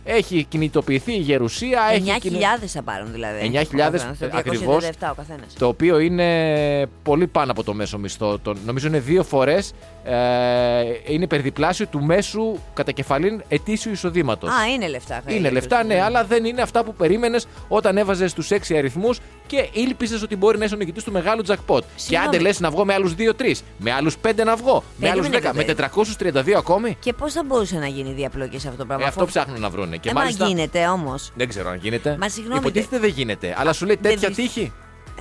S3: Έχει κινητοποιηθεί η γερουσία, έχει.
S4: 9.000
S3: κινη-
S4: θα πάρουν δηλαδή.
S3: 9.000
S4: Ο καθένας, το
S3: ακριβώς.
S4: 237 ο καθένας.
S3: Το οποίο είναι πολύ πάνω από το μέσο μισθό. Το, νομίζω είναι δύο φορές. Ε, είναι υπερδιπλάσιο του μέσου κατά κεφαλήν ετήσιου εισοδήματος.
S4: Α, είναι λεφτά. καλή
S3: Είναι λεφτά,
S4: περίπτωση.
S3: ναι, αλλά δεν είναι αυτά που περίμενες όταν έβαζες τους 6 αριθμούς και ήλπιζες ότι μπορεί να είσαι ο νικητής του μεγάλου τζακπότ. Και
S4: Συγγνώμη. Ε,
S3: άντε λες να βγω με άλλους 2-3, με άλλους 5 να βγω, με άλλους
S4: Περίμενε
S3: 10, με
S4: λίγο,
S3: 432 ακόμη.
S4: Και πώς θα μπορούσε να γίνει η διαπλοκή σε αυτό το
S3: Ε,
S4: πράγμα.
S3: αυτό
S4: αφού-
S3: ψάχνουν να βρούνε. Και
S4: Ε, μα
S3: μάλιστα.
S4: γίνεται όμως.
S3: Δεν ξέρω αν γίνεται.
S4: Μα συγγνώμη,
S3: Υποτίθεται δεν γίνεται. Αλλά σου λέει
S4: δεν
S3: τέτοια
S4: δεις-
S3: τύχη.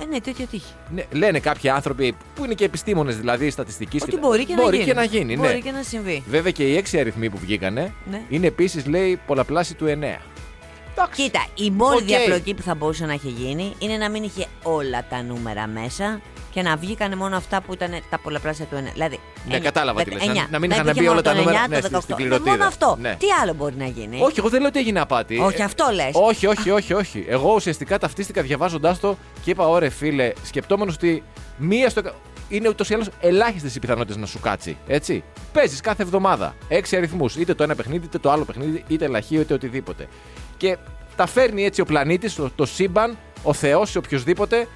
S4: Ε, ναι, τέτοια τύχη.
S3: Ναι, λένε κάποιοι άνθρωποι που είναι και επιστήμονες δηλαδή στατιστικής.
S4: Ότι μπορεί και να
S3: μπορεί
S4: γίνει.
S3: Και να γίνει ναι.
S4: μπορεί και να συμβεί.
S3: Βέβαια και οι έξι αριθμοί που βγήκανε
S4: Ναι.
S3: είναι επίσης λέει πολλαπλάσιοι του 9. Εντάξει.
S4: Κοίτα, η μόνη
S3: Οκ.
S4: διαπλοκή που θα μπορούσε να έχει γίνει είναι να μην είχε όλα τα νούμερα μέσα και να βγήκανε μόνο αυτά που ήταν τα πολλαπλάσια του 1. Δηλαδή,
S3: Ναι,
S4: εννιά,
S3: κατάλαβα τι
S4: δε-
S3: λες. Να-
S4: εννιά.
S3: να μην
S4: Να
S3: είχαν
S4: βγήκε
S3: μπει
S4: μόνο
S3: όλα τα
S4: το
S3: νούμερα,
S4: 9,
S3: ναι,
S4: το
S3: στη-
S4: 18.
S3: στην
S4: Ναι,
S3: κληροτίδα.
S4: Μόνο αυτό.
S3: Ναι.
S4: Τι άλλο μπορεί να γίνει.
S3: Όχι, εγώ δεν λέω ότι έγινε απάτη.
S4: Ε. Όχι,
S3: Ε,
S4: αυτό λες.
S3: Όχι, όχι, όχι, όχι. Εγώ ουσιαστικά ταυτίστηκα διαβάζοντάς το και είπα, ωρε φίλε, σκεπτόμενος ότι μία στο. εκα- Είναι ούτως ή άλλως ελάχιστες οι πιθανότητες να σου κάτσει. Έτσι. Παίζεις κάθε εβδομάδα έξι αριθμούς. Είτε το ένα παιχνίδι, είτε το άλλο παιχνίδι, είτε λαχείο, είτε οτιδήποτε. Και τα φέρνει έτσι ο πλανήτης, το, το σύμπαν, ο Θεός ή οποιοδήποτε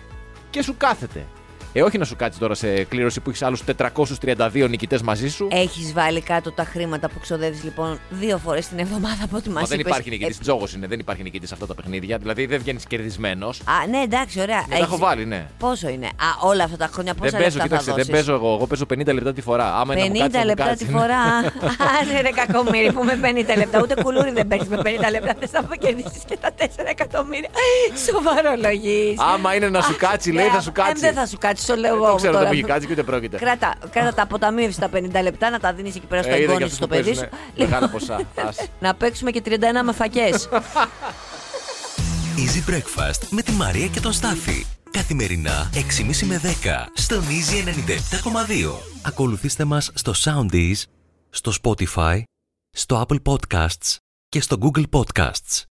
S3: και σου κάθεται. Ε, όχι να σου κάτσεις τώρα σε κλήρωση που έχεις άλλους 432 νικητές μαζί σου.
S4: Έχεις βάλει κάτω τα χρήματα που ξοδεύεις λοιπόν δύο φορές την εβδομάδα από ό,τι μας
S3: Μα δεν
S4: είπες. Ε,
S3: υπάρχει νικητής. Τζόγος είναι, δεν υπάρχει νικητής σε αυτά τα παιχνίδια. Δηλαδή δεν βγαίνεις κερδισμένος.
S4: Ε, α, ναι, εντάξει, ωραία.
S3: Ναι, τα
S4: Έχεις-
S3: έχω βάλει, ναι.
S4: Πόσο είναι. Α, όλα αυτά τα χρόνια πόσα
S3: Δεν παίζω,
S4: λεφτά
S3: κοίταξε,
S4: θα
S3: δεν
S4: δώσεις.
S3: παίζω εγώ. Εγώ παίζω 50 λεπτά τη φορά. Άμα είναι να μου
S4: 50
S3: κάτσεις, θα μου
S4: λεπτά
S3: κάτσει.
S4: τη φορά. Άρε ρε κακομύρι που με 50 λεπτά. Ούτε κουλούρι δεν παίρνεις με 50 λεπτά. Θες να κερδίσεις και τα 4 εκατομμύρια. Σοβαρολογείς.
S3: Άμα είναι να σου κάτσει, λέει, θα σου
S4: Ε,
S3: κάτσει.
S4: Δεν θα σου κάτσει, το λέω
S3: Ε,
S4: εγώ.
S3: Το ξέρω,
S4: τώρα.
S3: δεν μου έχει κάτσει και ούτε πρόκειται.
S4: Κράτα, κράτα τα αποταμίευση τα 50 λεπτά, να τα δίνεις εκεί πέρα στο
S3: Ε, είδα και
S4: εγγόνι
S3: αυτούς
S4: σου, στο
S3: που
S4: παιδί σου.
S3: παίζουνε Μεγάλα ποσά. Ας.
S4: να παίξουμε και 31 με φακές.
S2: Easy Breakfast με τη Μαρία και τον Στάφη. Καθημερινά 6.30 με 10 στον Easy 97.2. Ακολουθήστε μας στο Soundees, στο Spotify, στο Apple Podcasts και στο Google Podcasts.